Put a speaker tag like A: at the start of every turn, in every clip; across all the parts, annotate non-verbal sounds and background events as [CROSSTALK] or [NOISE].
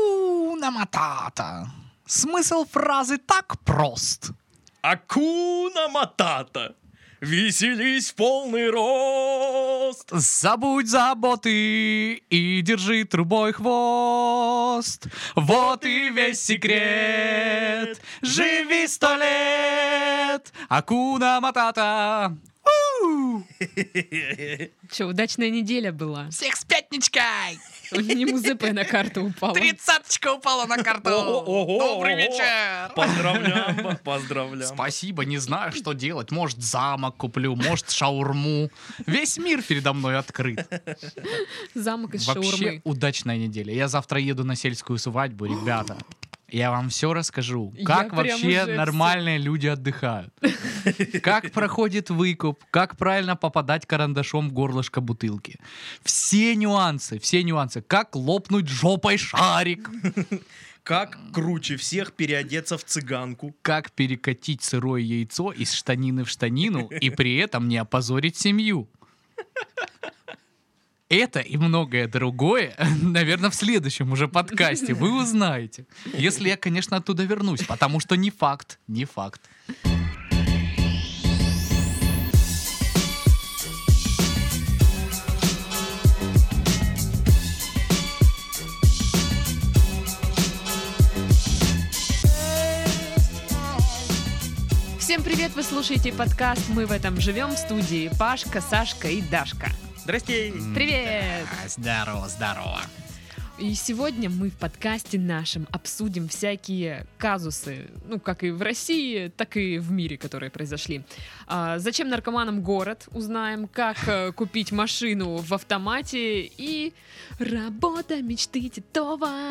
A: Акуна Матата. Смысл фразы так прост.
B: Акуна Матата. Веселись в полный рост.
A: Забудь заботы и держи трубой хвост. Вот и весь секрет. Живи сто лет. Акуна Матата. У!
C: Че, удачная неделя была.
A: Всех с пятничкой.
C: У него ЗП на карту упало.
A: Тридцаточка упала на карту.
B: Ого, ого,
A: Добрый
B: ого.
A: вечер.
B: Поздравляем, [LAUGHS] ба- поздравляем.
A: Спасибо, не знаю, что делать. Может, замок куплю, может, шаурму. Весь мир передо мной открыт.
C: Замок из
A: Вообще
C: шаурмы.
A: удачная неделя. Я завтра еду на сельскую свадьбу,
C: [GASPS]
A: ребята. Я вам все расскажу. Как
C: прям уже
A: вообще
C: всё-
A: нормальные люди
C: [LAUGHS]
A: отдыхают. Как проходит выкуп, как правильно попадать карандашом в горлышко бутылки. Все нюансы, все нюансы. Как лопнуть жопой шарик.
B: Как круче всех переодеться в цыганку.
A: Как перекатить сырое яйцо из штанины в штанину и при этом не опозорить семью. Это и многое другое, [LAUGHS] наверное, в следующем уже подкасте вы узнаете. Если я, конечно, оттуда вернусь, потому что не факт, не факт.
C: Всем привет, вы слушаете подкаст «Мы в этом живем» в студии Пашка, Сашка и Дашка.
B: Здрасте.
C: Привет!
A: А, Здорово, здорово.
C: И сегодня мы в подкасте нашем обсудим всякие казусы, ну, как и в России, так и в мире, которые произошли. А, зачем наркоманам город? Узнаем, как э, купить машину в автомате и работа мечты Титова.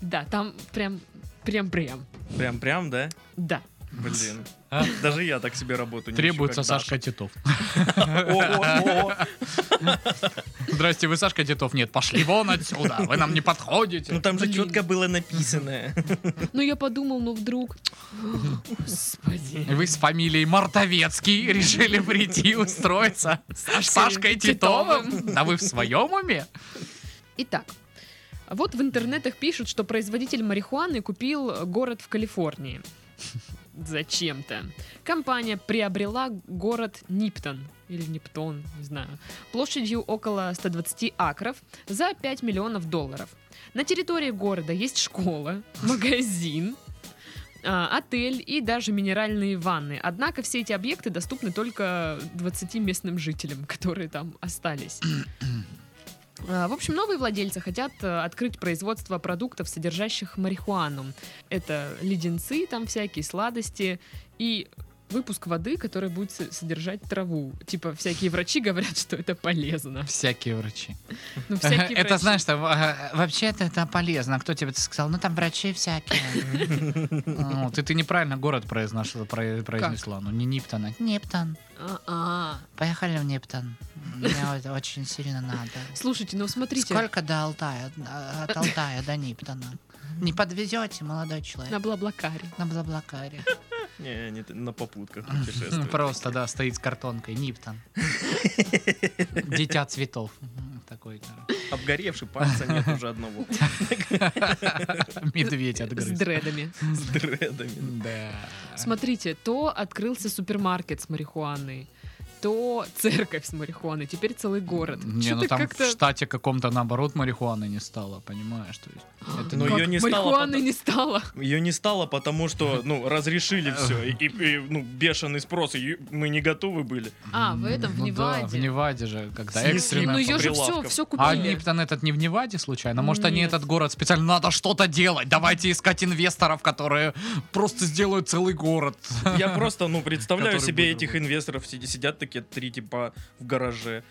C: Да, там прям, прям, прям.
B: Прям-прям, да?
C: Да.
B: Блин.
A: А?
B: Даже я так себе работу не ищу,
A: Требуется
B: как Даша.
A: Сашка
B: [LAUGHS]
A: Титов.
B: О, о, о.
A: Здрасте, вы Сашка Титов? Нет, пошли вон отсюда, вы нам не подходите.
B: Ну там же
C: Блин.
B: четко было [LAUGHS] написано.
C: Ну, я подумал, ну, вдруг... Господи.
A: Вы с фамилией Мартовецкий решили прийти устроиться с Сашкой
C: Титовым.
A: Титовым? Да вы в своем уме?
C: Итак, вот в интернетах пишут, что производитель марихуаны купил город в Калифорнии. [LAUGHS] Зачем-то. Компания приобрела город Ниптон, или Нептон, не знаю, площадью около 120 акров за 5 миллионов долларов. На территории города есть школа, [LAUGHS] магазин, а, отель и даже минеральные ванны. Однако все эти объекты доступны только 20 местным жителям, [LAUGHS] которые там остались. А, В общем, новые владельцы хотят э, открыть производство продуктов, содержащих марихуану. Это леденцы, там всякие сладости и выпуск воды, которая будет со- содержать траву. Типа всякие врачи говорят, что это полезно.
A: Всякие врачи.
C: Ну, всякие
A: Это
C: врачи.
A: знаешь, там, э, вообще-то это полезно. Кто тебе это сказал? Ну там врачи всякие. Вот, и ты неправильно город произношла- про- произнесла. Ну не Ниптона. Нептон.
C: А, А-а.
A: Поехали в Нептон. Мне вот очень сильно надо.
C: Слушайте, ну смотрите,
A: Сколько до Алтая? А, От Алтая до Ниптона. Не подвезете, молодой
C: на
A: человек.
C: Блаблакаре.
A: На Блаблакаре.
B: Не, не ты- на попутках путешествует.
A: Просто, да, стоит с картонкой. Ниптон. Дитя цветов. Мгм, Такой да.
B: Обгоревший пальца нет уже одного.
A: медведь
C: С
A: отгрыз. [LAUGHS]
C: дредами.
B: [LAUGHS] С дредами.
A: Да.
C: Смотрите, то открылся супермаркет с марихуаной, то церковь с марихуаной, теперь целый город.
A: Не,
C: Чё-то
A: ну там
C: как-то-
A: в штате каком-то наоборот марихуаны не стало, понимаешь? То есть это
B: Но
A: не-
C: Как?
B: её не стало
C: Марихуаны
B: потом.
C: не стало.
B: Ее не стало, потому что, ну, разрешили все. И, и, ну, бешеный спрос. и мы не готовы были.
C: А, в этом, в
A: Ну да,
C: Неваде.
A: в Неваде же, когда
B: Снесли.
A: экстренно.
C: Ну ее же все,
B: прилавков.
C: все
A: А
C: купили.
A: Липтон этот не в Неваде случайно? Может, они
C: Нет.
A: этот город специально... Надо что-то делать, давайте искать инвесторов, которые просто сделают целый город.
B: Я просто, ну, представляю
A: Который
B: себе
A: будет
B: этих инвесторов. си- Сидят такие три типа в гараже,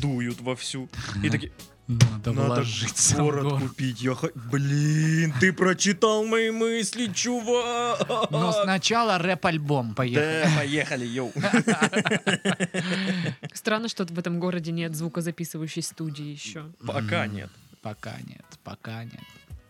B: дуют вовсю. И такие,
A: Надо
B: надо
A: вложиться в
B: город
A: город.
B: купить. Я хо- Блин, ты прочитал мои мысли, чувак.
A: Но сначала рэп-альбом, поехали.
B: А. Да, поехали, йоу.
C: Странно, что в этом городе нет звукозаписывающей студии еще.
B: Пока нет.
A: Пока нет, пока нет.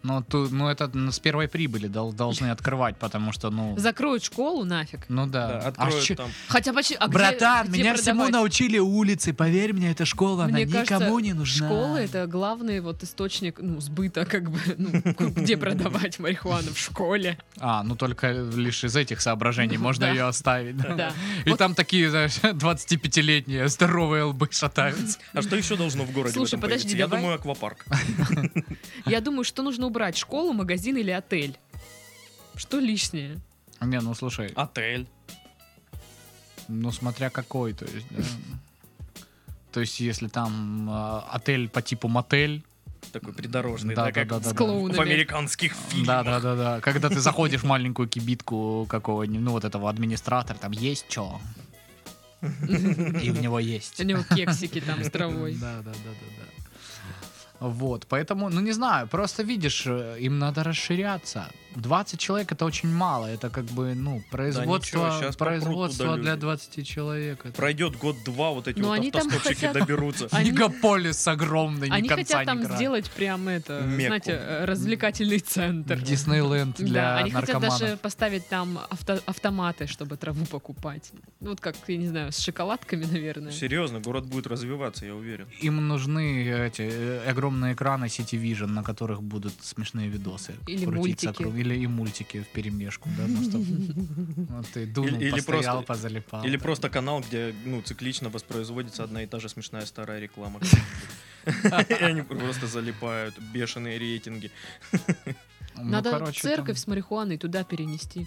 A: Ну, ту- ну это н- с первой прибыли дол- должны открывать, потому что, ну...
C: Закроют школу нафиг.
A: Ну да.
B: Да,
A: А
B: откроют
A: чё-
B: там.
C: Хотя почти... А где-
A: Братан,
C: где
A: меня всему
C: продавать?
A: научили улицы, поверь мне, эта школа,
C: Мне
A: она
C: кажется,
A: никому не нужна.
C: Школа это главный вот источник ну, сбыта, как бы, ну, где продавать марихуану в школе.
A: А, ну только лишь из этих соображений
C: Ну,
A: можно
C: да.
A: ее оставить. да.
C: Да.
A: И
C: Вот-
A: там такие, знаешь, [LAUGHS] 25-летние здоровые лбы шатаются.
B: А что еще должно в городе в
C: Слушай,
B: этом
C: подожди,
B: появиться? Я
C: давай.
B: думаю, аквапарк.
C: Я думаю, что нужно убрать школу, магазин или отель. Что лишнее?
A: Не, ну слушай,
B: Отель.
A: ну смотря какой, то есть, да. То есть, если там э, отель по типу мотель,
B: Такой придорожный,
A: Да,
B: да,
A: да,
B: как
A: да, да,
C: С
A: да.
B: в
C: клоунами.
B: американских
A: да,
B: фильмах.
A: да, да, да, когда ты заходишь в маленькую кибитку какого-нибудь, ну вот этого администратора, там есть
B: [LAUGHS]
A: что, и у него есть.
C: У него кексики там с травой.
A: Да, да, да, да, да. Вот, поэтому, ну не знаю, просто видишь, э, им надо расширяться. 20 человек это очень мало, это как бы, ну, производство,
B: ничего, щас попрут
A: производство
B: туда
A: для
B: люди.
A: 20 человек. это-
B: Пройдет год-два, вот эти
C: Ну,
B: вот
C: они там
B: автоскопчики
C: хотят-
B: доберутся.
A: [LAUGHS]
C: Они-
A: Мегаполис огромный, ни
C: Они
A: конца,
C: хотят
A: ни
C: там
A: края.
C: сделать прям это,
B: Мекку.
C: знаете, э, развлекательный центр.
A: Диснейленд
C: Да,
A: для
C: они хотят
A: наркоманов.
C: даже поставить там авто- автоматы, чтобы траву покупать. Ну, вот как, я не знаю, с шоколадками, наверное.
B: Серьезно, город будет развиваться, я уверен.
A: Им нужны эти э, огромные экраны City Vision, на которых будут смешные видосы.
C: Или
A: крутиться
C: мультики.
A: круг- Или и мультики в перемешку, да, ну,
C: [LAUGHS]
A: чтоб- вот ты дунул,
B: Или- или
A: постоял,
B: просто-
A: позалипал.
B: Или
A: да.
B: просто канал, где ну, циклично воспроизводится одна и та же смешная старая реклама.
C: [LAUGHS]
B: И они просто залипают, бешеные рейтинги.
A: Ну,
C: Надо
A: короче, там-
C: церковь с марихуаной туда перенести.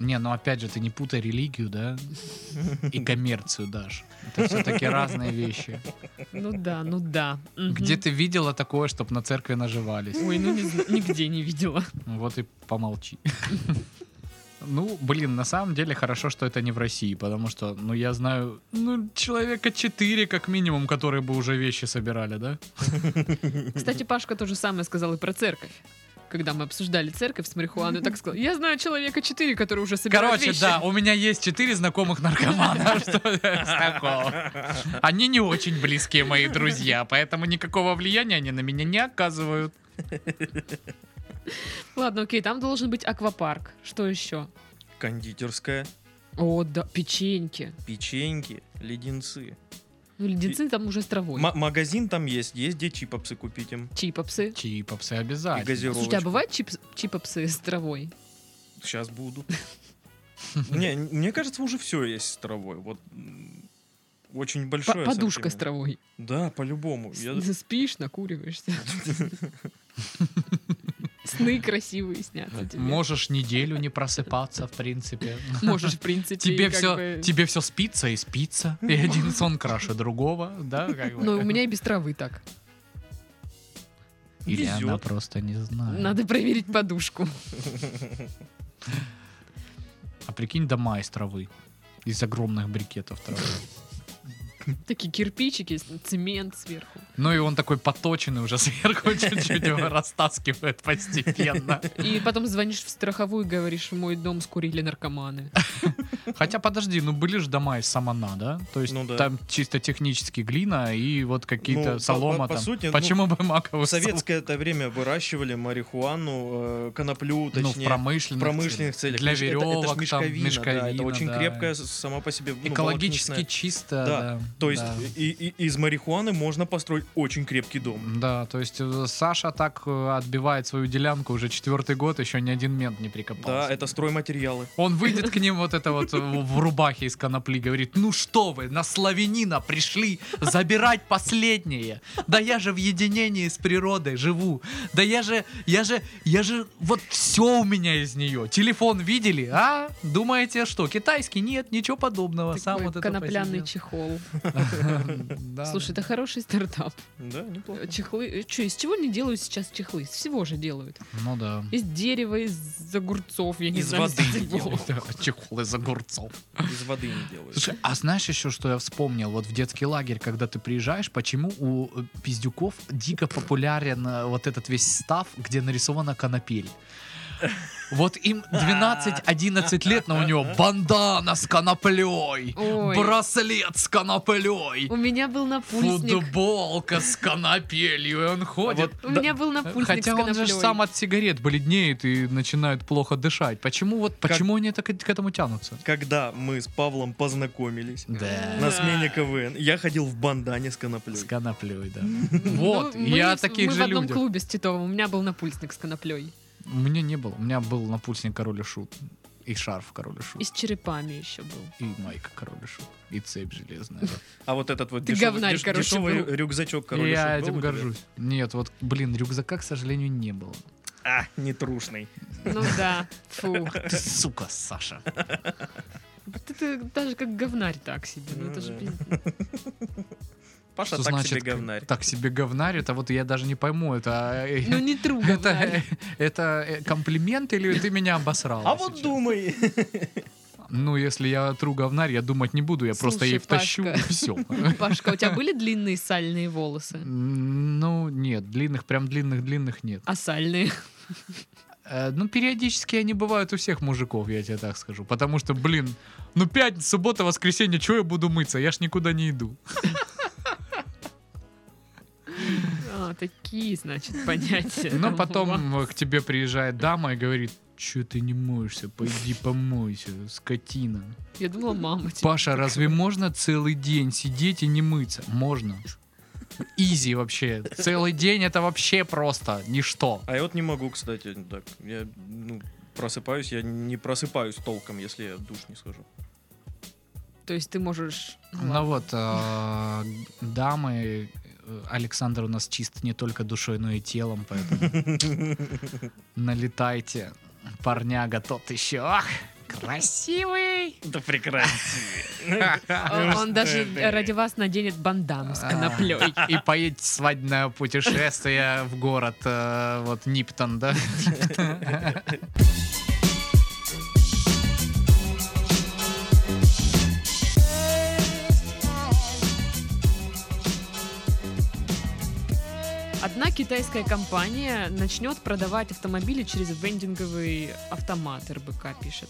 A: Не, ну опять же, ты не путай религию, да, и коммерцию дашь. Это все-таки разные вещи.
C: Ну да, ну да. Мгм.
A: Где ты видела такое, чтобы на церкви наживались? Ну,
C: Ой, ну не зна- нигде не видела.
A: Вот и помолчи. Ну, блин, на самом деле хорошо, что это не в России, потому что, ну, я знаю, ну, человека четыре как минимум, которые бы уже вещи собирали, да?
C: Кстати, Пашка то же самое сказал и про церковь. Когда мы обсуждали церковь с марихуаной, так сказал. Я знаю человека четыре, который уже собирает
A: Короче,
C: вещи».
A: да, у меня есть четыре знакомых наркомана, [LAUGHS] что с такого. Они не очень близкие мои друзья, поэтому никакого влияния они на меня не оказывают.
C: Ладно, окей, там должен быть аквапарк. Что еще?
B: Кондитерская,
C: О, да, печеньки.
B: печеньки, леденцы.
C: Ну, леденцы там уже с травой.
B: М- магазин там есть, есть где чипопсы купить им.
C: Чипопсы.
A: Чипопсы
B: И
A: обязательно.
B: газировку.
C: Слушай, а бывают чипс- чипопсы с травой?
B: Сейчас
C: [LAUGHS]
B: буду. Не, мне кажется, уже все есть с травой. Вот м, очень
A: А
C: П-
B: большое.
C: Подушка с
B: ассортимент.
C: травой.
B: Да,
A: Ну,
B: по-любому.
C: С-
B: Я-
A: [LAUGHS]
C: Спишь, накуриваешься. Сны красивые снятся тебе.
A: Можешь неделю не просыпаться, в принципе.
B: [LAUGHS]
A: [LAUGHS]
C: Можешь, в принципе,
A: Тебе
C: и как
A: все,
C: бы-
A: тебе все спится и
B: [LAUGHS]
A: спится, и один сон краше другого, да? как бы.
C: Но Ну,
B: Ну,
C: у меня и без травы так.
A: Или она
B: везёт.
A: просто не знает.
C: Надо проверить подушку.
A: А прикинь, дома из травы. Из огромных брикетов травы.
C: Такие кирпичики, с- цемент сверху.
A: Ну и он такой поточенный уже [LAUGHS] сверху чуть-чуть
B: [LAUGHS]
A: его растаскивает постепенно.
C: И потом звонишь в страховую и говоришь, мой дом
A: [LAUGHS]
C: скурили наркоманы.
A: Хотя подожди, ну были же дома из самана, да? То есть
B: Ну да.
A: там чисто технически глина и вот
B: Ну,
A: какие-то
B: по-
A: солома
B: по- по
A: там.
B: сути, ну,
A: Почему бы маковый
B: В
A: сок?
B: советское это время выращивали марихуану, э, коноплю,
A: Ну, в
B: точнее.
A: промышленных,
B: в промышленных целях.
A: Для
B: Миш- это-
A: веревок,
B: это, ж
A: там,
B: мешковина, да, это
A: мешковина,
B: очень
A: да.
B: крепкая с- сама по себе. ну,
A: Экологически
B: волокнистая.
A: чисто,
B: Да,
A: да.
B: То есть
A: да.
B: и- и- из марихуаны можно построить очень крепкий дом.
A: Да, то есть э, Саша так э, отбивает свою делянку уже четвертый год, еще ни один мент не прикопался.
B: Да, это стройматериалы.
A: Он выйдет к ним вот это вот э, в рубахе из конопли, говорит, ну что вы, на славянина пришли забирать последнее. Да я же в единении с природой живу. Да я же, я же, я же, вот все у меня из нее. Телефон видели, а? Думаете, что, китайский? Нет, ничего подобного. Сам
C: Такой
A: вот это
C: конопляный
A: посидел.
C: чехол.
A: Да,
C: Слушай,
A: да.
C: это хороший стартап.
B: Да, неплохо.
C: Чехлы... Че, из чего не делают сейчас чехлы? Из всего же делают.
A: Ну да.
C: Из дерева, из огурцов, я не
B: Из
C: знаю.
B: воды
C: из
B: не
C: чего.
B: делают.
A: Да, [LAUGHS] Чехол из огурцов.
B: Из воды не делают.
A: Слушай, а знаешь еще, что я вспомнил? Вот в детский лагерь, когда ты приезжаешь, почему у э, пиздюков дико популярен э, вот этот весь став, где нарисована конопель? Вот им 12-11 лет, но у него бандана с коноплей,
C: Ой.
A: браслет с коноплей,
C: У меня был напульсник.
A: футболка с конопелью, и он ходит.
C: У меня был напульсник
A: Хотя
C: с
A: он же
C: коноплёй.
A: сам от сигарет бледнеет и начинает плохо дышать. Почему вот почему они так к этому тянутся?
B: Когда мы с Павлом познакомились
A: Да.
B: на смене КВН, я ходил в бандане с коноплей.
A: С коноплей, да.
C: Ну,
A: Вот,
C: мы
A: я
C: в-
A: таких
C: мы
A: же
C: в одном
A: людях.
C: клубе с Титовым, у меня был напульсник с коноплей.
A: У меня не было. У меня был напульсник король и шут. И шарф король и
C: И
A: шут.
C: с черепами еще был.
A: И майка король и шут. И цепь железная.
C: [LAUGHS]
B: А вот этот вот
C: Ты
B: дешевый,
C: говнарь,
B: деш-
C: короче,
B: дешевый
C: был.
B: рю- рюкзачок, короче,
A: я этим горжусь. Нет, вот, блин, рюкзака, к сожалению, не
C: [LAUGHS]
A: было.
B: А, нетрушный.
A: [LAUGHS]
C: Ну да, фу.
A: Ты сука, Саша.
C: Ты, ты даже как говнарь так себе. Ну,
B: Ну
C: это же,
B: да.
C: блин,
B: Паша
A: Что
B: так
A: значит
B: себе говнарь.
A: Так себе говнарь, это вот я даже не пойму, это... э,
C: ну не тру
A: [LAUGHS] Это,
C: говнарь.
A: э, это э, комплимент или ты меня обосрал?
B: А вот думай.
A: Ну, если я тру говнарь, я думать не буду, я просто
C: Слушай,
A: ей втащу,
C: Пашка.
A: и все.
C: Пашка, у тебя были длинные сальные волосы?
A: Ну, нет, длинных, прям длинных-длинных нет.
C: А сальные? [LAUGHS]
A: Э, Ну, периодически они бывают у всех мужиков, я тебе так скажу. Потому что, блин, ну пятница, суббота, воскресенье, чего я буду мыться? Я ж никуда не иду.
C: А, такие, значит, понятия. [LAUGHS]
A: Но потом э, к тебе приезжает дама и говорит, че ты не моешься, пойди помойся, скотина.
C: Я думала, мама типа, тебе.
A: Паша, разве можно целый день сидеть и не мыться? Можно. Изи вообще. Целый день это вообще просто ничто.
B: А я вот не могу, кстати, так. Я ну, просыпаюсь, я не просыпаюсь толком, если я в душ не схожу.
C: То есть ты можешь... ну,
A: Ну вот, э, дамы, э, Александр у нас чист не только душой, но и телом, поэтому
C: [LAUGHS]
A: налетайте. Парняга тот еще. Ах, красивый.
B: Да прекрати.
A: [LAUGHS]
C: А,
A: Ну,
C: Он он
B: что
C: даже
B: ты.
C: ради вас наденет бандану с коноплей.
A: А, [LAUGHS] И поедете в свадебное путешествие в город, э, вот Ниптон, да?
C: Одна китайская компания начнет продавать автомобили через вендинговый автомат, РБК пишет.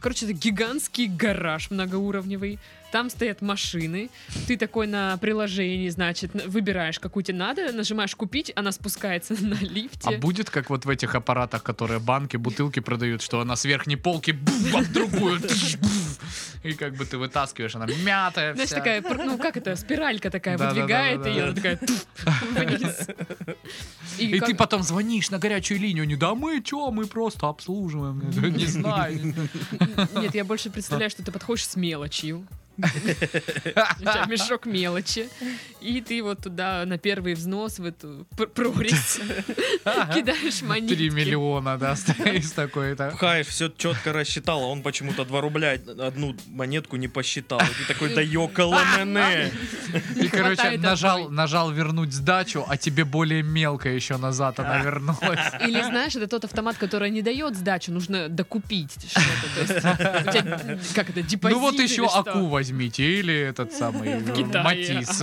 C: Короче, это гигантский гараж многоуровневый. Там стоят машины. Ты такой на приложении, значит, на- выбираешь, какую тебе надо, нажимаешь купить, она спускается [LAUGHS] на
A: А
C: лифте.
A: будет, как вот в этих аппаратах, которые банки, бутылки продают, что она с верхней полки
C: [LAUGHS]
A: буф, об а другую. тш, буф. И как бы ты вытаскиваешь, она мятая
C: Знаешь,
A: вся.
C: такая, пр- ну как это, спиралька такая
A: Да-да-да-да-да.
C: выдвигает ее, она такая туф, [LAUGHS] вниз. И
A: И
C: как-
A: ты потом звонишь на горячую линию, не да мы чё, мы просто обслуживаем, не знаю.
C: Нет, я больше представляю, что ты подходишь с мелочью. У тебя мешок мелочи. И ты вот туда на первый взнос в эту пр- прорезь кидаешь монетки.
A: Три миллиона,
C: [LAUGHS]
A: да, из такой, да.
B: Пхаешь, все четко рассчитал, а он почему-то 2 рубля одну монетку не посчитал. И ты такой, да ёкала мене.
A: И, короче,
C: Хватает
A: нажал,
C: одной.
A: нажал вернуть сдачу, а тебе более мелко еще назад она вернулась.
C: Или знаешь, это тот автомат, который не дает сдачу, нужно докупить что-то. То есть, у тебя, как это, депозит
A: Ну вот
C: или
A: еще
C: что?
A: Аку возьмите, или этот самый
C: [LAUGHS]
A: э,
C: Китае [LAUGHS]
A: Матис.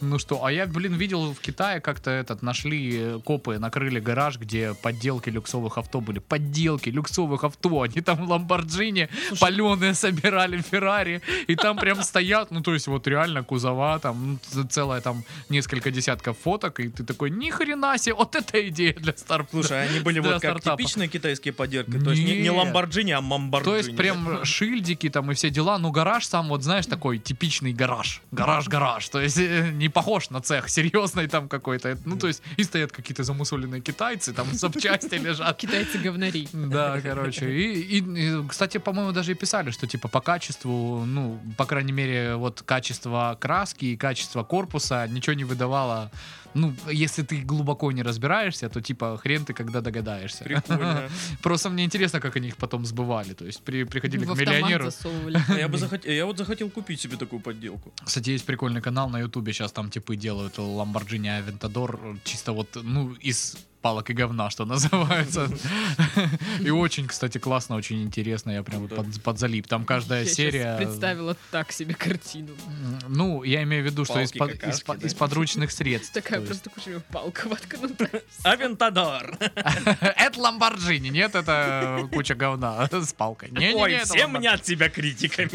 A: Ну что, а я, блин, видел в Китае как-то этот, нашли э, копы, накрыли гараж, где подделки люксовых авто были. Подделки люксовых авто. Они там Ламборджини паленые собирали, Феррари, и там прям стоят, ну то есть вот реально кузова, там ну, ц- целое там несколько десятков фоток, и ты такой, ни хрена себе, вот это идея для старт
B: Слушай, а они были
A: Для
B: вот как
A: стартапа.
B: типичные китайские подерки. То есть не не
A: Нет.
B: ламборджини, а
A: То
B: мамборджини.
A: есть прям шильдики там и все дела, ну гараж сам вот знаешь такой типичный гараж, гараж-гараж, то есть э, не похож на цех серьезный там какой-то, ну то есть и стоят какие-то замусоленные китайцы, там запчасти лежат.
C: Китайцы говнари.
A: Да, короче. И, и, и, кстати, по-моему, даже и писали, что типа по качеству, ну, по крайней мере, вот качество краски и качество корпуса ничего не выдавало. Ну, если ты глубоко не разбираешься, то типа хрен ты когда догадаешься. [LAUGHS]
B: Прикольно.
A: Просто мне интересно, как они их потом сбывали. То есть при, приходили
C: Ну, В
A: к
C: автомат
A: миллионеру.
C: засовывали.
B: А Я бы захотел, я вот захотел купить себе такую подделку.
A: Кстати, есть прикольный канал на Ютубе. Сейчас там типы делают Lamborghini Aventador. э, Чисто вот, ну, из палок и говна, что [LAUGHS] называется. И очень, кстати, классно, очень интересно. Я прям
B: Круто.
A: под- подзалип. Там каждая
C: Я щас
A: серия... э,
C: представила так себе картину.
A: М, Ну, я имею в виду, что из,
B: Палки,
A: под-
B: какашки,
A: из по-
B: да?
A: из подручных средств.
C: Такая
A: то есть.
C: просто куча палка воткнута.
B: Авентадор.
A: Это Ламборджини, нет, это куча говна [LAUGHS] с палкой. Не, не, не,
B: Ой,
A: это
B: все
A: Ламбор-
B: мнят тебя критиками.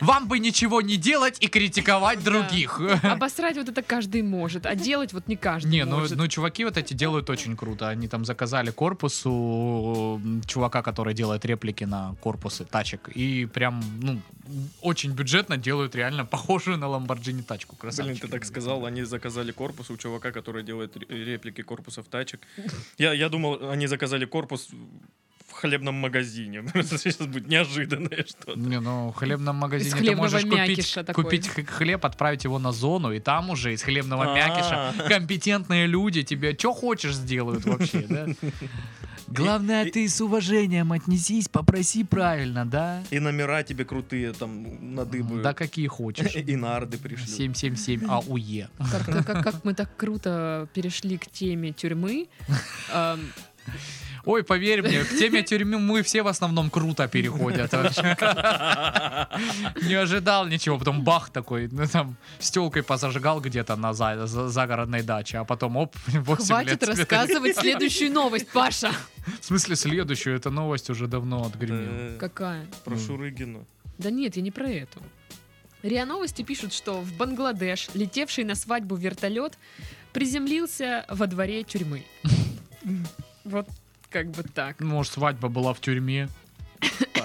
A: Вам бы ничего не делать и критиковать других.
C: Обосрать вот это каждый может, а делать вот не каждый
A: Не, ну,
C: может.
A: ну чуваки вот эти делают очень круто. Они там заказали корпусу м, чувака, который делает реплики на корпусы тачек. И прям, ну, очень бюджетно делают реально похожую на Ламборджини тачку.
B: Блин,
A: Красавчики.
B: ты так сказал, они заказали корпус у чувака, который делает ре- реплики корпусов тачек.
C: [LAUGHS]
B: Я, я думал, они заказали корпус в хлебном магазине. [LAUGHS] Просто Сейчас будет неожиданное что-то.
A: Не, ну в хлебном магазине ты
C: хлебного
A: можешь купить,
C: мякиша такой.
A: купить х- хлеб, отправить его на зону, и там уже из хлебного
B: А.
A: мякиша компетентные люди тебе что хочешь сделают вообще,
B: [LAUGHS]
A: да? Главное,
B: И- и-
A: ты с уважением отнесись, попроси правильно, да?
B: И номера тебе крутые там надыбают.
A: Да какие хочешь.
B: [LAUGHS] И нарды
A: [LAUGHS]
B: пришли.
A: 777 АУЕ.
C: Как, как- как- как мы так круто перешли к теме тюрьмы.
A: [LAUGHS]
C: Эм,
A: Ой, поверь мне, к теме тюрьмы мы все в основном круто переходят. [LAUGHS] вообще. Не ожидал ничего, потом бах такой, ну там, с телкой позажигал где-то на за- за- загородной даче, а потом оп, [LAUGHS] 8
C: Хватит
A: лет тебе-
C: [LAUGHS] рассказывать следующую новость, Паша.
A: В смысле следующую, эта новость уже давно отгремела.
B: Да,
C: Какая?
B: Про
A: Ну.
B: Шурыгину.
C: Да нет, я не про эту. РИА Новости пишут, что в Бангладеш летевший на свадьбу вертолет приземлился во
A: [LAUGHS]
C: дворе тюрьмы. Вот как бы так.
A: Может, свадьба была в тюрьме,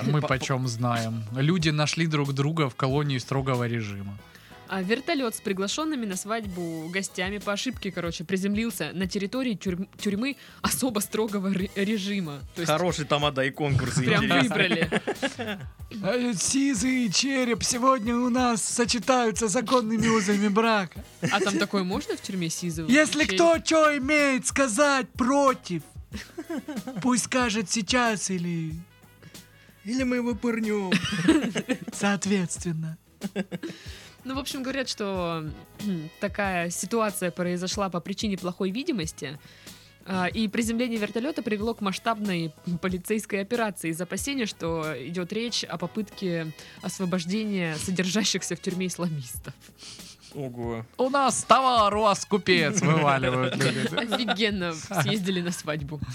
A: мы почем знаем. Люди нашли друг друга в колонии строгого режима.
C: А вертолет с приглашенными на свадьбу гостями по ошибке, короче, приземлился на территории тюрьм- тюрьмы особо строгого ре- режима. То есть
B: Хороший тамада и конкурс
C: прям
B: интересный.
C: выбрали.
A: Э, Сизый и череп сегодня у нас сочетаются законными узами брака.
C: А там такое можно в тюрьме сизого?
A: Если
C: Че-
A: кто что имеет сказать против, пусть скажет сейчас или
B: Или мы его пырнем.
A: соответственно.
C: Ну, в общем, говорят, что кхм, такая ситуация произошла по причине плохой видимости. а, И приземление вертолета привело к масштабной полицейской операции из опасения, что идет речь о попытке освобождения содержащихся в
B: [LAUGHS]
C: тюрьме исламистов.
B: [LAUGHS] Ого.
A: У нас товар, у вас купец вываливают люди.
C: Офигенно съездили на свадьбу.
A: [LAUGHS]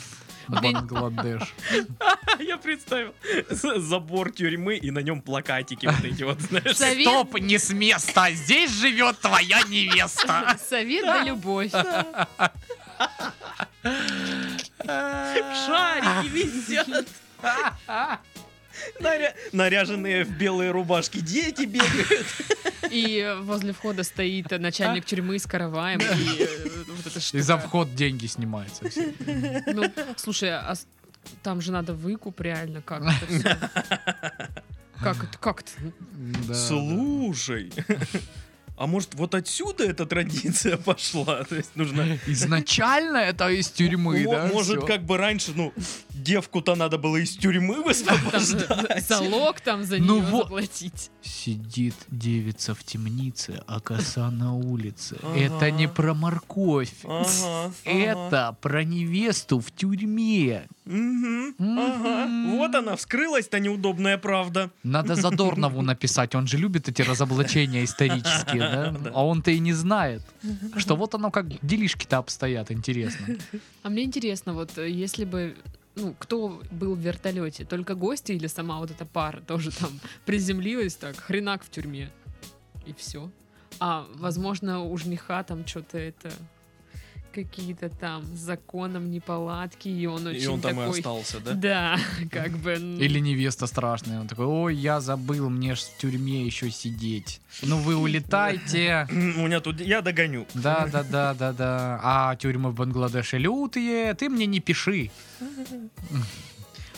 A: Бангладеш.
C: А,
B: Я представил. З- Забор тюрьмы и на нем плакатики вот эти вот, [LAUGHS] знаешь.
C: Совет,
A: Стоп, не с места, здесь живет твоя [LAUGHS] невеста.
C: совет на любовь.
B: Шарики висят. Наря- Наряженные в белые рубашки дети бегают.
C: И возле входа стоит начальник тюрьмы с караваем. И э, вот эта
A: И за
C: штука.
A: вход деньги снимаются. [LAUGHS] все.
C: Ну, слушай, а с- там же надо выкуп реально, как это всё? Как это, как это?
A: Да,
B: Слушай, а может вот отсюда эта традиция пошла? То есть нужно...
A: да. Изначально это из тюрьмы,
B: Мо-
A: да?
B: Может,
A: всё.
B: как бы раньше, ну, девку-то надо было из тюрьмы
C: Там за-
B: высвобождать.
C: залог там за
A: А Ну
C: нее
A: вот.
C: заплатить.
A: Сидит девица в темнице, а коса на улице.
B: Ага.
A: Это не про морковь.
B: Ага, ага.
A: Это про невесту в тюрьме.
B: Мгм, ага.
A: Мгм.
B: Вот она, вскрылась-то неудобная правда.
A: Надо Задорнову написать, он же любит эти разоблачения исторические, да? А он-то и не знает, что вот оно как делишки-то обстоят, интересно.
C: А мне интересно, вот э, если бы ну, кто был в вертолете? Только гости или сама вот эта пара тоже там [LAUGHS] приземлилась так, хренак в тюрьме. И все. А, возможно, у жениха там что-то это какие-то там с законом неполадки, и он очень
B: И он там и
C: такой...
B: остался, да?
C: [LAUGHS] да, как бы... м,
A: Или невеста страшная, он такой, ой, я забыл, мне ж в тюрьме еще сидеть. Ну вы улетайте.
B: У меня тут... Я [LAUGHS] догоню.
A: Да, да, да, да, да. А тюрьмы в Бангладеше лютые, ты мне не пиши.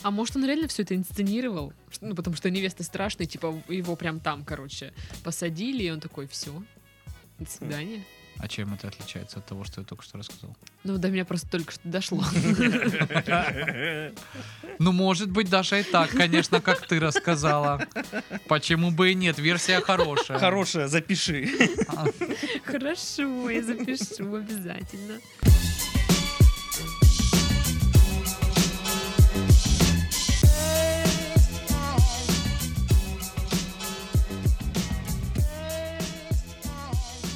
C: А может, он реально все это инсценировал? Что- Ну, потому что невеста страшная, типа, его прям там, короче, посадили, и он такой, все,
B: Хм.
C: до свидания.
A: А чем это отличается от того, что я только что рассказал?
C: Ну, до меня просто только что дошло.
A: Ну, может быть, Даша и так, конечно, как ты рассказала. Почему бы и нет, версия хорошая.
B: Хорошая, запиши.
C: Хорошо, я запишу обязательно.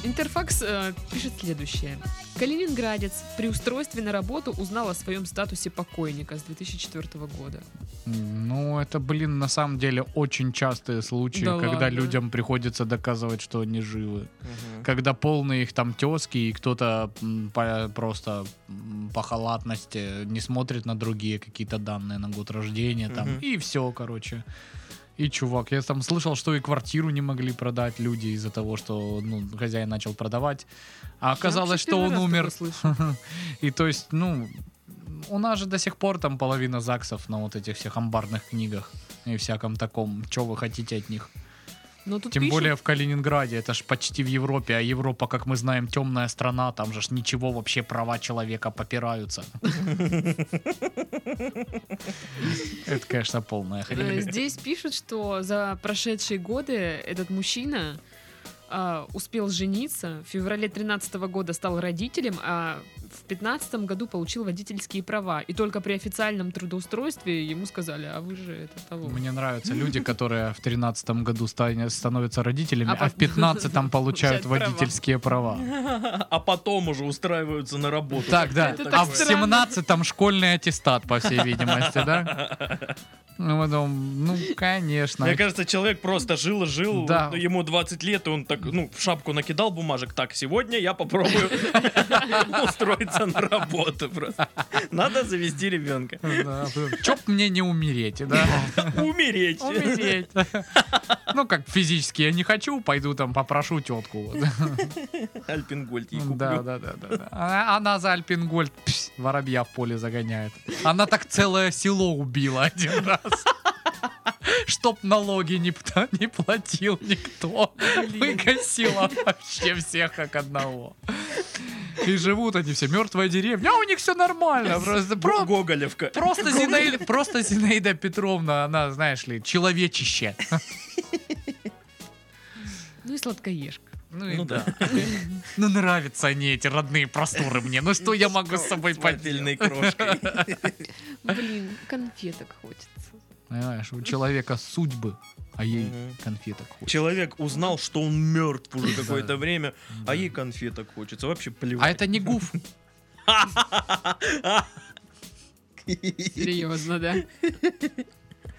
C: Интерфакс э, пишет следующее. Калининградец при устройстве на работу узнал о своем статусе покойника с 2004 года.
A: Ну, это, блин, на самом деле очень частые случаи,
C: Да
A: когда
C: ладно?
A: людям приходится доказывать, что они живы.
B: Мгм.
A: Когда полные их там тески, и кто-то м, по- просто м, по халатности не смотрит на другие какие-то данные на год рождения, там,
B: Мгм.
A: и все, короче. И, чувак, я там слышал, что и квартиру не могли продать люди из-за того, что ну, хозяин начал продавать. А оказалось,
C: вообще
A: что
C: первый
A: он
C: раз
A: умер.
C: такое слышу.
A: И то есть, ну, у нас же до сих пор там половина ЗАГСов на вот этих всех амбарных книгах и всяком таком. Что вы хотите от них?
C: Но тут
A: Тем
C: пишут-
A: более в Калининграде, это ж почти в Европе, а Европа, как мы знаем, темная страна, там же ж ничего вообще права человека попираются. Это, конечно, полная
C: Э,
A: хрень.
C: Здесь пишут, что за прошедшие годы этот мужчина а, успел жениться, в феврале 13 года стал родителем, а в 15 году получил водительские права. И только при официальном трудоустройстве ему сказали, а вы же это того.
A: Мне нравятся люди, которые в 13 году стань- становятся родителями,
C: А
A: а в
C: пот- [LAUGHS]
A: 15 получают
C: получают права.
A: водительские
C: [LAUGHS]
A: права.
B: [LAUGHS] А потом уже устраиваются на работу.
A: Так, да.
C: Это
A: а
C: так
A: в
C: странно.
A: 17 там школьный аттестат, по всей видимости, да?
C: [LAUGHS]
A: Ну, потом, ну, конечно.
B: Мне кажется, человек просто жил и жил,
A: Да.
B: ну, ему 20 лет, и он так, ну, в шапку накидал бумажек. Так, сегодня я попробую [LAUGHS] устроиться на работу просто. Надо завести ребенка.
A: Да, Чё б мне не умереть, да?
C: [LAUGHS]
B: Умереть.
A: Умереть. [LAUGHS] Ну, как физически я не хочу, пойду там попрошу тетку.
B: Альпингольд ей
A: Да,
B: куплю.
A: да, да, да. да. А- Она за Альпингольд пс, воробья в поле загоняет. Она так целое село убила один раз. [LAUGHS] Чтоб налоги не, пта- не платил никто. Выкосила вообще всех как одного. И живут они все, мертвая деревня. А у них все нормально. Просто,
B: Про
A: про-
B: Гоголевка.
A: просто, Зинаида, просто Зинаида Петровна, она, знаешь ли, человечище.
C: Ну и сладкоежка.
A: и-
B: Ну да.
A: [LAUGHS] Ну нравятся они, эти родные просторы мне. Ну что я могу с собой
B: С
A: поделать?
B: вафельной крошкой.
C: Блин, конфеток хочется.
A: Понимаешь, у человека судьбы, а ей
B: Мгм.
A: конфеток хочется.
B: Человек узнал, что он мертв уже какое-то время,
A: Да.
B: а ей конфеток хочется. Вообще
A: А
B: плевать.
A: это не
B: [LAUGHS]
A: гуф.
C: [LAUGHS] Серьезно, да?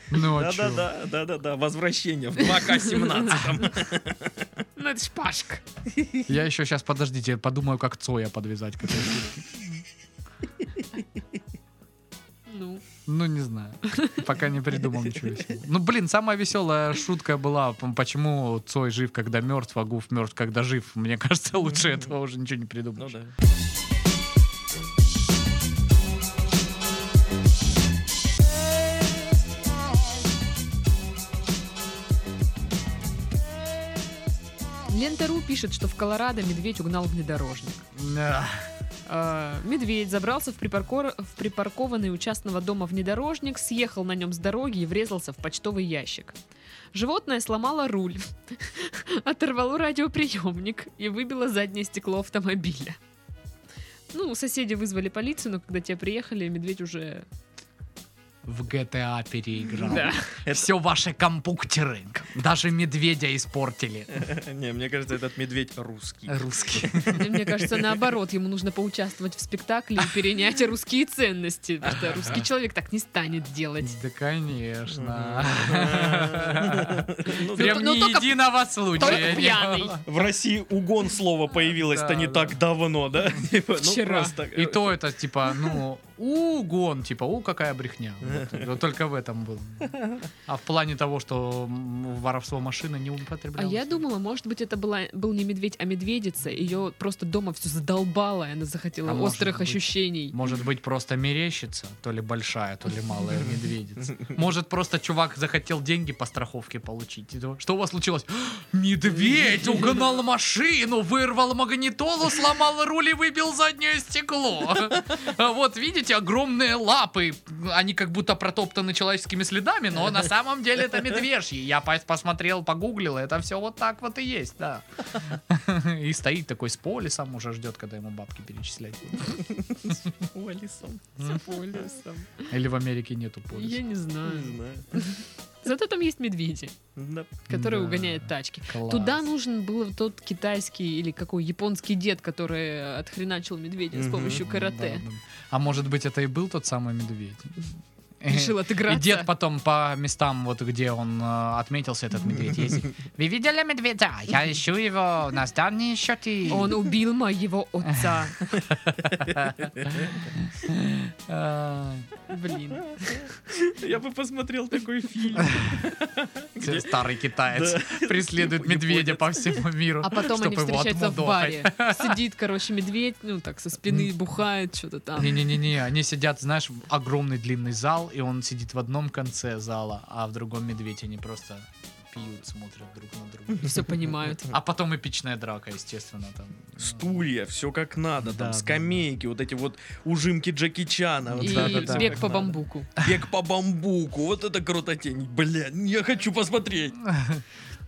A: Ну а чё?
B: Да-да-да, да-да-да, возвращение
A: [LAUGHS]
B: в 2К17.
C: Ну это ж Пашка.
A: Я еще сейчас, подождите, подумаю, как Цоя подвязать. к этой шутке.
C: Ну,
A: Ну, не знаю. Пока не придумал ничего веселого. Ну, блин, самая веселая шутка была, п- почему Цой жив, когда мертв, а Гуф мертв, когда жив. Мне кажется, лучше этого уже ничего не
B: Ну
A: придумаешь.
B: да. [LAUGHS]
C: Лента.ру пишет, что в Колорадо медведь угнал внедорожник.
A: Да.
C: А, Медведь забрался в, припаркор- в припаркованный у частного дома внедорожник, съехал на нем с дороги и врезался в почтовый ящик. Животное сломало руль, [LAUGHS] оторвало радиоприемник и выбило заднее стекло автомобиля. Ну, соседи вызвали полицию, но когда те приехали, медведь уже...
A: В GTA переиграл.
C: Да.
A: Все ваши компуктеры. Даже медведя испортили.
B: Не, мне кажется, этот медведь
A: [LAUGHS]
B: русский.
A: Русские.
C: Мне мне кажется, наоборот, ему нужно поучаствовать в спектакле и перенять русские ценности, потому что русский человек так не станет делать.
A: Да, конечно.
B: Ну,
A: Прям
C: Ну,
A: ни
C: только-
A: единого случая.
C: только
A: не
C: пьяный.
A: было.
B: В России угон слова появилось-то
A: Да,
B: не
A: да.
B: так давно, да? [LAUGHS] Типа, ну,
C: Вчера.
B: просто-
A: И то это типа, ну, угон, типа, у, какая брехня. Вот, вот только в этом был. А в плане того, что м, воровство машины не
C: А
A: употреблялось.
C: я думала, может быть, это была, был не медведь, а медведица. Ее просто дома все задолбало, и она захотела
A: А может
C: острых
A: быть.
C: ощущений.
A: Может быть, просто мерещится, то ли большая, то ли малая медведица. Может, просто чувак захотел деньги по страховке получить. И то, Что у вас случилось? [GASPS] Медведь угнал машину, вырвал магнитолу, сломал руль и выбил заднее стекло. А [LAUGHS] Вот видите, эти огромные лапы, они как будто протоптаны человеческими следами, но на самом деле это медвежьи. Я пос- посмотрел, погуглил, это все вот так вот и есть, да. И стоит такой с полисом, уже ждет, когда ему бабки перечислять. будут.
B: Уоллисом.
C: С полюсом.
A: Или в Америке нету
C: Я
A: полиса.
C: не
B: ну, Не
C: знаю.
B: знаю.
C: Зато там есть медведи,
B: Да.
C: которые
A: Да.
C: угоняют тачки.
A: Класс. Ну,
C: Туда нужен был тот китайский или какой японский дед, который отхреначил медведя с
B: Мгм.
C: помощью карате.
A: Да, да. А может быть, это и был тот самый медведь?
C: [LAUGHS] Решил
A: И
C: отыграться.
A: дед потом по местам, вот где он э, отметился, этот медведь
C: [LAUGHS]
A: ездит. Вы видели медведя? Я ищу его на давние счеты.
C: Он убил моего отца.
A: Э,
C: Блин.
B: Я бы посмотрел такой фильм.
A: ц-
B: Где-
A: Старый китаец [LAUGHS]
B: Да.
A: преследует
B: И
A: медведя
B: ходит.
A: по всему миру.
C: А
A: [LAUGHS]
C: потом они
A: чтобы его
C: встречаются в
A: отмудохать.
C: баре. Сидит, короче, медведь, ну так, со спины бухает,
A: [LAUGHS]
C: что-то там.
A: Не-не-не, они сидят, знаешь, в огромный длинный зал, и он сидит в одном конце зала, а в другом медведь, они просто пьют, смотрят друг на друга.
C: Все понимают.
A: А потом эпичная драка, естественно, там.
B: Стулья, все как надо,
A: Да, да,
B: там скамейки, вот эти вот ужимки Джеки Чана. вот
C: И
B: это всё
C: бег
B: как
C: по
B: надо.
C: бамбуку.
B: Бег по бамбуку, вот это крутотень. Блин, я хочу посмотреть.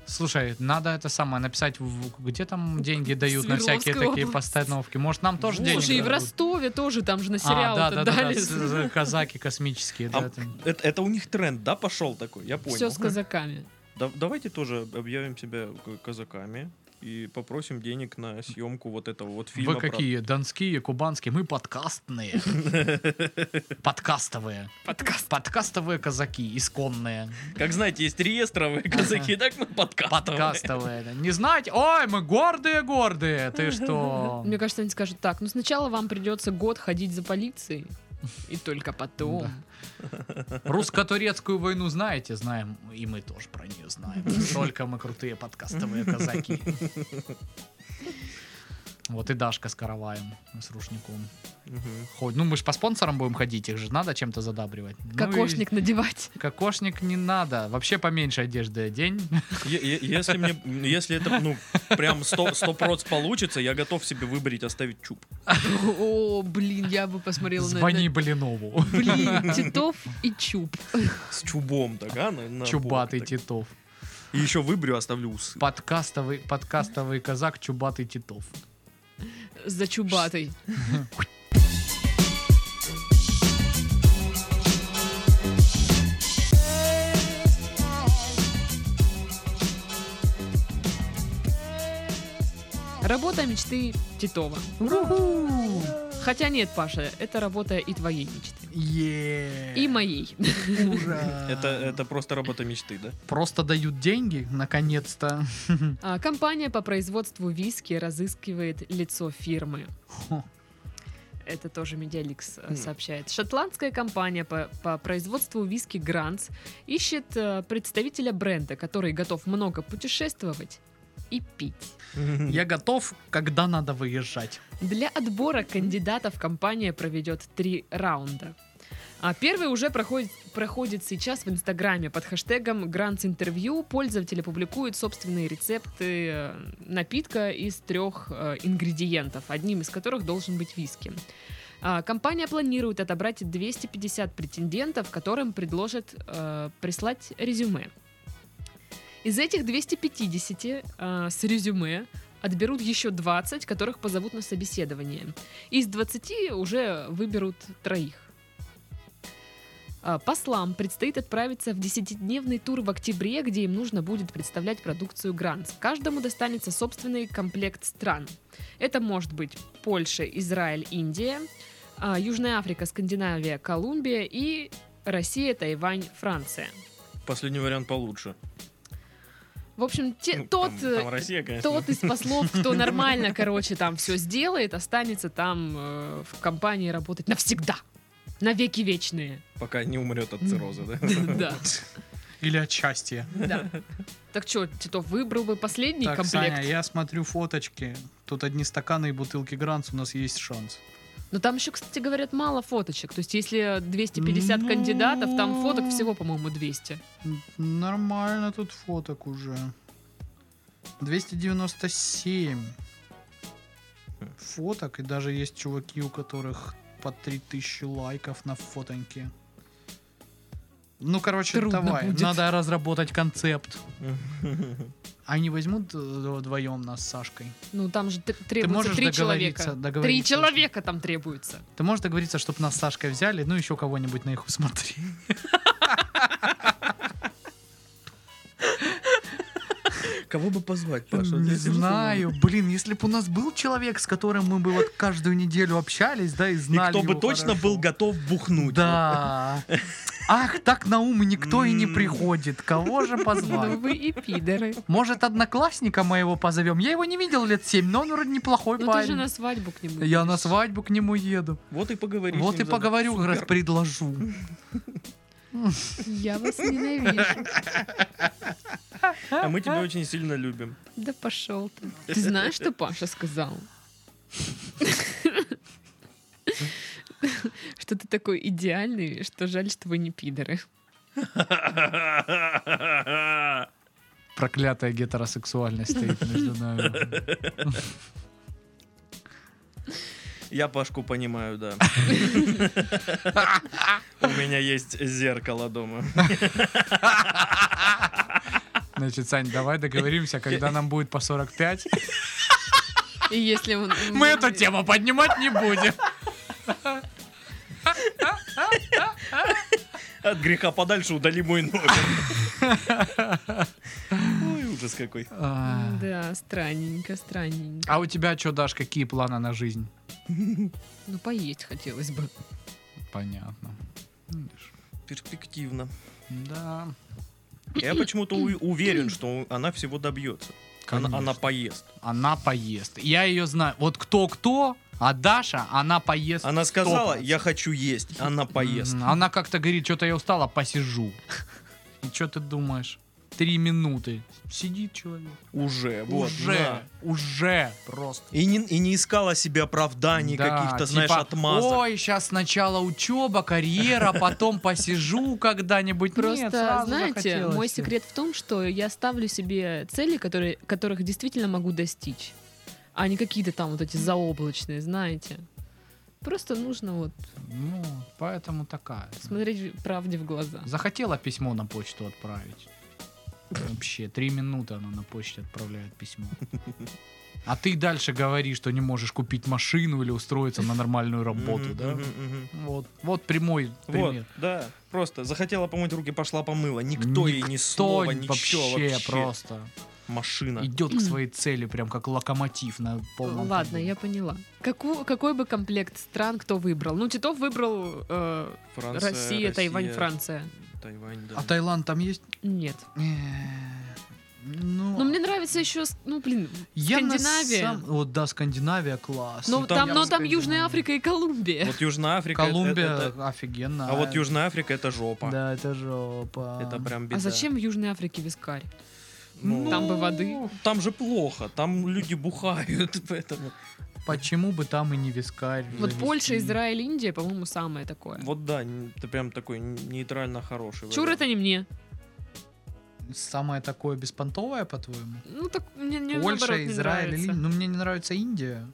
A: Слушай, надо это самое написать, в- где там деньги дают на
C: Свердловской
A: всякие такие
C: области.
A: постановки. Может, нам тоже
B: Вот.
A: деньги
C: Слушай, и в
A: дадут?
C: Ростове тоже, там же на
A: А,
C: сериал
A: да, да, да, да,
C: дали. [LAUGHS]
A: с- с- казаки космические, да,
B: А,
A: там.
B: это, это у них тренд, да, пошел такой, я понял.
C: Все с казаками.
B: Да- давайте тоже объявим себя к- казаками и попросим денег на съемку вот этого вот фильма.
A: Вы
B: про-
A: какие? Донские, кубанские? Мы
B: [LAUGHS]
A: подкастные. Подкастовые.
C: Подкаст.
A: Подкастовые казаки, исконные.
B: Как знаете, есть реестровые казаки, так мы подкастовые.
A: Подкастовые. да. Не знаете? Ой, мы гордые-гордые. Ты что?
C: Мне кажется, они скажут так, ну сначала вам придется год ходить за полицией, и только потом.
A: Да. Ну Русско-турецкую войну знаете? Знаем. И мы тоже про нее знаем. Только мы крутые подкастовые казаки. Вот и Дашка с караваем, с рушником.
B: Мгм.
A: Ходит. Ну, мы же по спонсорам будем ходить, их же надо чем-то задабривать. Ну и [LAUGHS]
C: Кокошник надевать.
A: Кокошник не надо. Вообще поменьше одежды одень.
B: Е- е- Если мне, если это, ну, прям сто сто проц получится, я готов себе выбрить, оставить чуб.
C: О, блин, я бы посмотрела на
A: Звони
C: это. ну,
A: Блинову.
C: Блин, Титов и Чуб.
B: С чубом, так, а? на- на
A: Чубатый
B: бок так.
A: Титов.
B: И еще выбрю, оставлю усы.
A: Подкастовый, подкастовый казак Чубатый Титов.
C: За Чубатой. Работа мечты Титова. Хотя нет, Паша, это работа и твоей мечты.
A: Е.
C: И моей.
A: Ура.
B: Это, э, это просто работа мечты, да?
A: Просто дают деньги, наконец-то.
C: А, Компания по производству виски разыскивает лицо фирмы.
A: Хо.
C: Это тоже Медиаликс э,
B: М.
C: сообщает. Шотландская компания по, по производству виски Гранс ищет э, представителя бренда, который готов много путешествовать и пить.
A: Я готов, когда надо выезжать.
C: Для отбора кандидатов компания проведет три раунда. А первый уже проходит, проходит сейчас в Инстаграме под хэштегом Grants Интервью. Пользователи публикуют собственные рецепты э, напитка из трех э, ингредиентов, одним из которых должен быть виски. А, Компания планирует отобрать 250 претендентов, которым предложат э, прислать резюме. Из этих 250 э, с резюме отберут еще 20, которых позовут на собеседование. Из 20 уже выберут троих. А, Послам предстоит отправиться в 10-дневный тур в октябре, где им нужно будет представлять продукцию Гранц. Каждому достанется собственный комплект стран. Это может быть Польша, Израиль, Индия, а, Южная Африка, Скандинавия, Колумбия и Россия, Тайвань, Франция.
B: Последний вариант получше.
C: В общем, те-
B: Ну,
C: тот
B: там-
C: э,
B: там Россия, конечно.
C: тот из послов, кто нормально, короче, там все сделает, останется там э, в компании работать навсегда. На веки вечные.
B: Пока не умрет от цирроза, да?
C: Да,
A: Или отчасти.
C: да. Так что, Титов выбрал бы последний
A: Так, Саня,
C: комплект?
A: я смотрю фоточки. Тут одни стаканы и бутылки Гранс, у нас есть шанс.
C: Но там еще, кстати, говорят, мало фоточек. То есть, если 250
A: Ну.
C: кандидатов, там фоток всего, по-моему, 200.
A: Н- Нормально тут фоток уже. 297 фоток, и даже есть чуваки, у которых по 3000 лайков на фотоньке. Ну, короче,
C: Трудно
A: давай.
C: будет.
A: Надо разработать концепт. Они возьмут э, вдвоем нас с Сашкой.
C: Ну, там же т-
A: можешь
C: требуется три
A: договориться-
C: человека. Три
A: договориться.
C: человека там требуется.
A: [LAUGHS] Ты можешь договориться, чтобы нас с Сашкой взяли, ну еще кого-нибудь на их усмотри.
B: Кого бы позвать, [LAUGHS] Паша?
A: Не
B: Ты сижу,
A: знаю, блин, если бы у нас был человек, с которым мы бы вот каждую неделю общались, да, и
B: И
A: знали
B: кто бы
A: его
B: точно
A: хорошо.
B: был готов бухнуть.
A: Да. Ах, так на ум никто и не
B: М.
A: приходит. Кого же
C: Ну
A: позвать?
C: вы и пидоры.
A: Может, одноклассника моего позовем? Я его не видел лет 7, но он вроде неплохой
C: Ну ты же
A: парень.
C: на свадьбу к нему.
A: Я на
C: идешь.
A: свадьбу к нему еду.
B: Вот и поговорим.
A: Вот и поговорю, раз предложу.
C: Я вас ненавижу.
B: А мы тебя очень сильно любим.
C: Да пошел ты. Ты знаешь, что Паша сказал? Что ты такой идеальный, что жаль, что вы не пидоры.
A: Проклятая гетеросексуальность стоит между нами.
B: Я Пашку
A: [LAUGHS]
B: понимаю, да. У меня есть зеркало дома.
A: Значит, Сань, давай договоримся, когда нам будет по 45.
C: И если он...
A: Мы эту тему поднимать не будем.
B: От греха подальше удали мой номер. Ой, ужас какой.
A: А
C: Да, странненько, странненько.
A: а у тебя что, Даш, какие планы на жизнь?
C: Ну, поесть хотелось бы.
A: Понятно. Видишь.
B: Перспективно.
A: Да.
B: Я почему-то у- уверен, что она всего добьется. Она,
A: Конечно.
B: она поест.
A: Она поест. Я ее знаю. Вот кто-кто, а Даша, она поест.
B: Она сказала,
A: 100%.
B: я хочу есть. Она поест.
A: М, Она как-то говорит, что-то я устала, посижу. И что ты думаешь? Три минуты. Сидит человек.
B: Уже, вот.
A: уже,
B: на.
A: уже просто.
B: И не, и не искала себе оправданий
A: Да,
B: А
A: типа,
B: каких-то, знаешь, отмазок.
A: Ой, сейчас сначала учеба, карьера, потом посижу когда-нибудь.
C: Просто,
A: Нет, сразу
C: знаете,
A: захотелось
C: мой
A: всё.
C: секрет в том, что я ставлю себе цели, которые, которых действительно могу достичь, а не какие-то там вот эти заоблачные, знаете. Просто нужно вот
A: Ну, поэтому такая.
C: смотреть правде в глаза.
A: Захотела письмо на почту отправить. Вообще, три минуты она на почте отправляет письмо. А ты дальше говори, что не можешь купить машину или устроиться на нормальную работу,
B: Мгм,
A: да?
B: мгм, мгм.
A: Вот, вот прямой
B: Вот,
A: пример.
B: да. Просто захотела помыть руки, пошла помыла. Никто, ей ни слова, ничего
A: вообще,
B: вообще.
A: просто
B: Машина.
A: идет к своей цели прям как локомотив на полном.
C: Ну, Ладно,
A: ходу.
C: я поняла. Каку- какой бы комплект стран кто выбрал? Ну, Титов выбрал э,
B: Франция,
C: Россия, Тайвань, Франция.
B: Тайвань, да.
A: А Таиланд там есть?
C: Нет.
A: Э, Ну,
C: Но мне нравится еще, с- ну, блин,
A: я на
C: Скандинавия.
A: самом- Вот да, Скандинавия класс.
C: ну,
B: Ну, там
C: там,
B: я
C: но
B: бы
C: там
A: сказал,
C: Южная
A: да.
C: Африка и Колумбия.
B: Вот Южная Африка. это-
A: Колумбия
B: это-
A: офигенно.
B: А вот Южная Африка это жопа.
A: Да, это жопа.
B: Это прям беда.
C: А зачем в Южной Африке вискарь?
B: Ну,
C: Там бы воды.
B: Там же плохо, там люди бухают, [LAUGHS] поэтому.
A: Почему бы там и не вискарь?
C: Вот
A: завести?
C: Польша, Израиль, Индия, по-моему, самое такое.
B: Вот да, н- ты прям такой нейтрально хороший.
C: Чур
B: вариант.
C: это не мне.
A: Самое такое беспонтовое, по-твоему?
C: Ну так мне, мне наоборот,
A: Польша,
C: не
A: Израиль, или...
C: нравится.
A: ну мне не нравится Индия.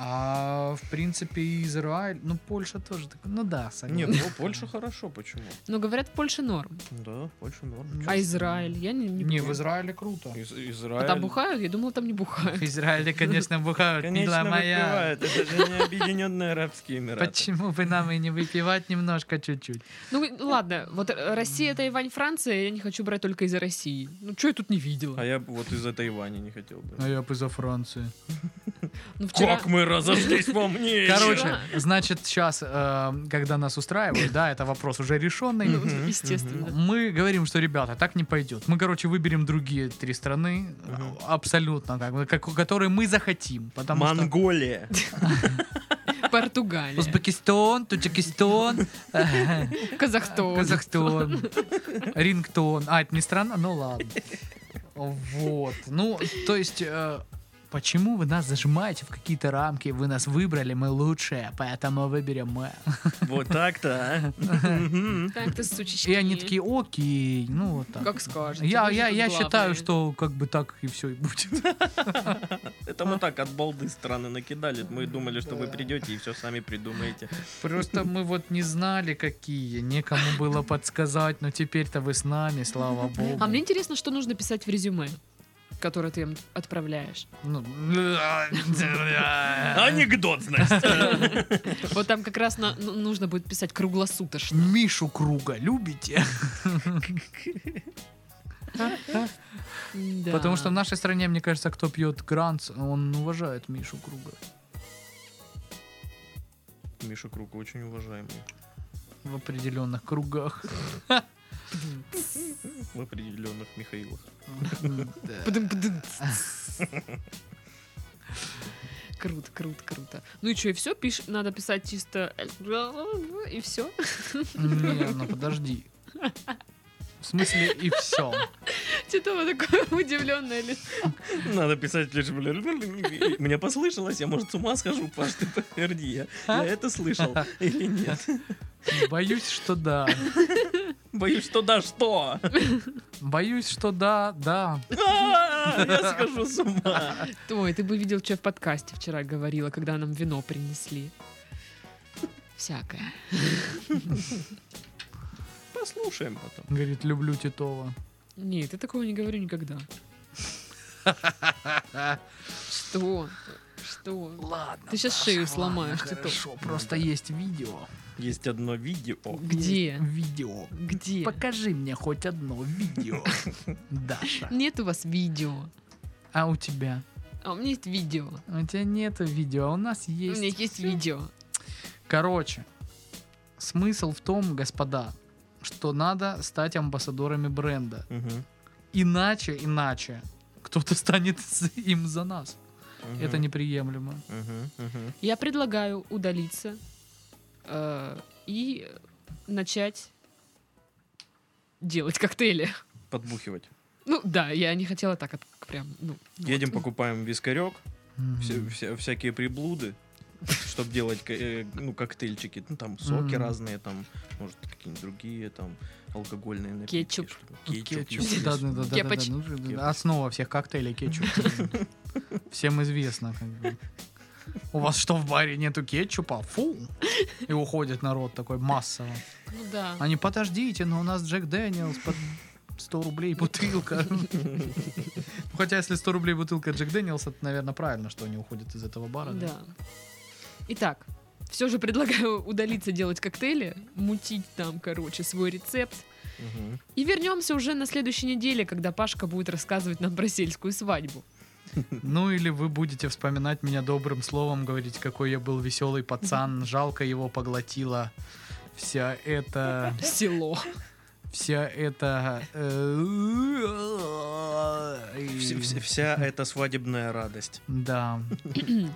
A: А в принципе и Израиль, ну Польша тоже так, ну да,
B: Нет,
A: согласен.
B: ну Польша хорошо, почему?
C: Но говорят, Польша норм.
B: Да, Польша норм.
A: Чё
C: А
A: с-
C: Израиль? Я [LAUGHS] не, не
A: Не,
C: понимаю.
A: в Израиле
B: [LAUGHS]
A: круто.
B: Из-
C: А
B: Израиль.
C: там бухают? Я думала, там не
A: В
C: бухают.
A: Израиле, конечно, бухают,
B: Ну, Конечно,
A: мила моя.
B: выпивает. Это же не Объединенные Арабские Эмираты.
A: Почему бы нам и не выпивать немножко чуть-чуть?
C: Ну и- ладно, вот э, Россия, Тайвань, Франция, я не хочу брать только из-за России. Ну что я тут не видела?
B: А я бы вот из-за Тайваня не хотел бы.
A: А я бы за Францию.
C: Ну вчера...
B: Как мы разошлись во мне!
A: Короче, значит, сейчас, когда нас устраивают, да, это вопрос уже решенный.
C: Ну, естественно.
A: Мы говорим, что, ребята, так не пойдет. Мы, короче, выберем другие три страны,
B: Мгм.
A: а, абсолютно, как, бы, как- которые мы захотим. Потому что
B: Монголия.
C: Португалия,
A: Узбекистан,
C: [LAUGHS]
A: Таджикистан, э,
C: Казахстан.
A: Казахстан, Рингтон. А, это не страна? Ну ладно. Вот. Ну, то есть... э, Почему вы нас зажимаете в какие-то рамки? Вы нас выбрали, мы лучшие, поэтому выберем мы.
B: Вот так-то, а?
C: Так ты, сучечки.
A: И они такие, окей, ну вот так.
C: Как скажете.
A: Я,
C: вы же
A: я,
C: тут
A: я
C: главные».
A: считаю, что как бы так и все и будет.
B: Это мы так от балды страны накидали. Мы думали, что вы придете и все сами придумаете.
A: Просто мы вот не знали, какие, некому было подсказать, но теперь-то вы с нами, слава богу.
C: А мне интересно, что нужно писать в резюме, которое ты им отправляешь. [LAUGHS]
A: Ну, а
B: Анекдот, значит.
C: Вот там как раз на- ну, нужно будет писать круглосуточно.
A: Мишу Круга
C: [LAUGHS]
A: любите?
C: Да.
A: Потому что в нашей стране, мне кажется, кто пьет Гранц, он уважает Мишу Круга.
B: Миша Круг очень уважаемый.
A: В определенных кругах.
B: В определенных Михаилах.
A: Да.
C: Пдым-пдым. [LAUGHS] Круто, круто, круто. Ну и что, и все? Пиш... Надо писать чисто... И [LAUGHS] все?
A: Не, ну подожди. В смысле, и все.
C: Титова Типа такое [LAUGHS] удивленное лицо.
B: Надо писать лишь... Мне послышалось, я, может, с ума схожу, Паш, ты подтверди. Я, я это слышал или нет?
A: Боюсь, что да.
B: Боюсь, что да, что?
A: Боюсь, что да, да.
B: А, Я схожу с ума.
C: Ой, ты бы видел, что я в подкасте вчера говорила, когда нам вино принесли. Всякое.
B: Послушаем потом.
A: Говорит, люблю Титова.
C: Нет, я такого не говорю никогда. Что? Что?
A: Ладно.
C: Ты щас
A: Паша,
C: шею
A: ладно,
C: сломаешь, Титов.
A: Хорошо, просто есть видео.
B: Есть одно видео.
C: Где?
A: Видео.
C: Где?
A: Покажи мне хоть одно
C: [LAUGHS]
A: видео, Даша.
C: Нет у вас видео.
A: А у тебя?
C: А у меня есть видео.
A: У тебя нету видео, а у нас
C: У меня
A: есть.
C: есть видео.
A: Короче, смысл в том, господа, что надо стать амбассадорами бренда.
B: Мгм.
A: Иначе, иначе, кто-то станет [LAUGHS] с- им за нас.
B: Мгм.
A: Это неприемлемо.
B: Мгм. Мгм.
C: Я предлагаю удалиться э, и начать делать коктейли. [LAUGHS]
B: Подбухивать.
C: Ну да, я не хотела так от- прям. Ну,
B: Едем,
C: вот.
B: покупаем вискарек,
A: Мгм.
B: все- вся- всякие приблуды, чтобы делать ко- э, ну, коктейльчики. Ну, там соки
A: Мгм.
B: разные, там, может, какие-нибудь другие, там, алкогольные напитки.
C: Кетчуп.
B: чтобы-
A: Кетчуп. Да,
B: естественно.
A: да, да, да, да,
C: Кепоч.
A: да, ну же, да,
B: Кепоч.
A: да. Основа всех коктейлей кетчуп. Всем известно. как бы. У вас что, в баре нету кетчупа? Фу! И уходит народ такой массово.
C: Ну да.
A: Они, подождите, но у нас Джек Дэниелс под 100 рублей бутылка. Ну, Хотя, если 100 рублей бутылка Джек Дэниелс, это, наверное, правильно, что они уходят из этого бара. да?
C: Да. Итак, все же предлагаю [LAUGHS] удалиться делать коктейли, мутить там, короче, свой рецепт.
B: Мгм.
C: И вернемся уже на следующей неделе, когда Пашка будет рассказывать нам про сельскую [LAUGHS] свадьбу.
A: Ну или вы будете вспоминать меня добрым словом, говорить, какой я был веселый пацан, жалко его поглотила вся эта...
C: Село.
A: Вся эта... э,
B: Вс- вс- Вся эта свадебная радость. [CLEARS THROAT]
A: Да.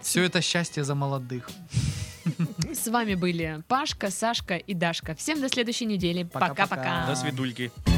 A: Все это счастье за молодых.
C: С вами были Пашка, Сашка и Дашка. Всем до следующей недели.
A: Пока-пока.
C: Пока-пока.
B: До свидульки.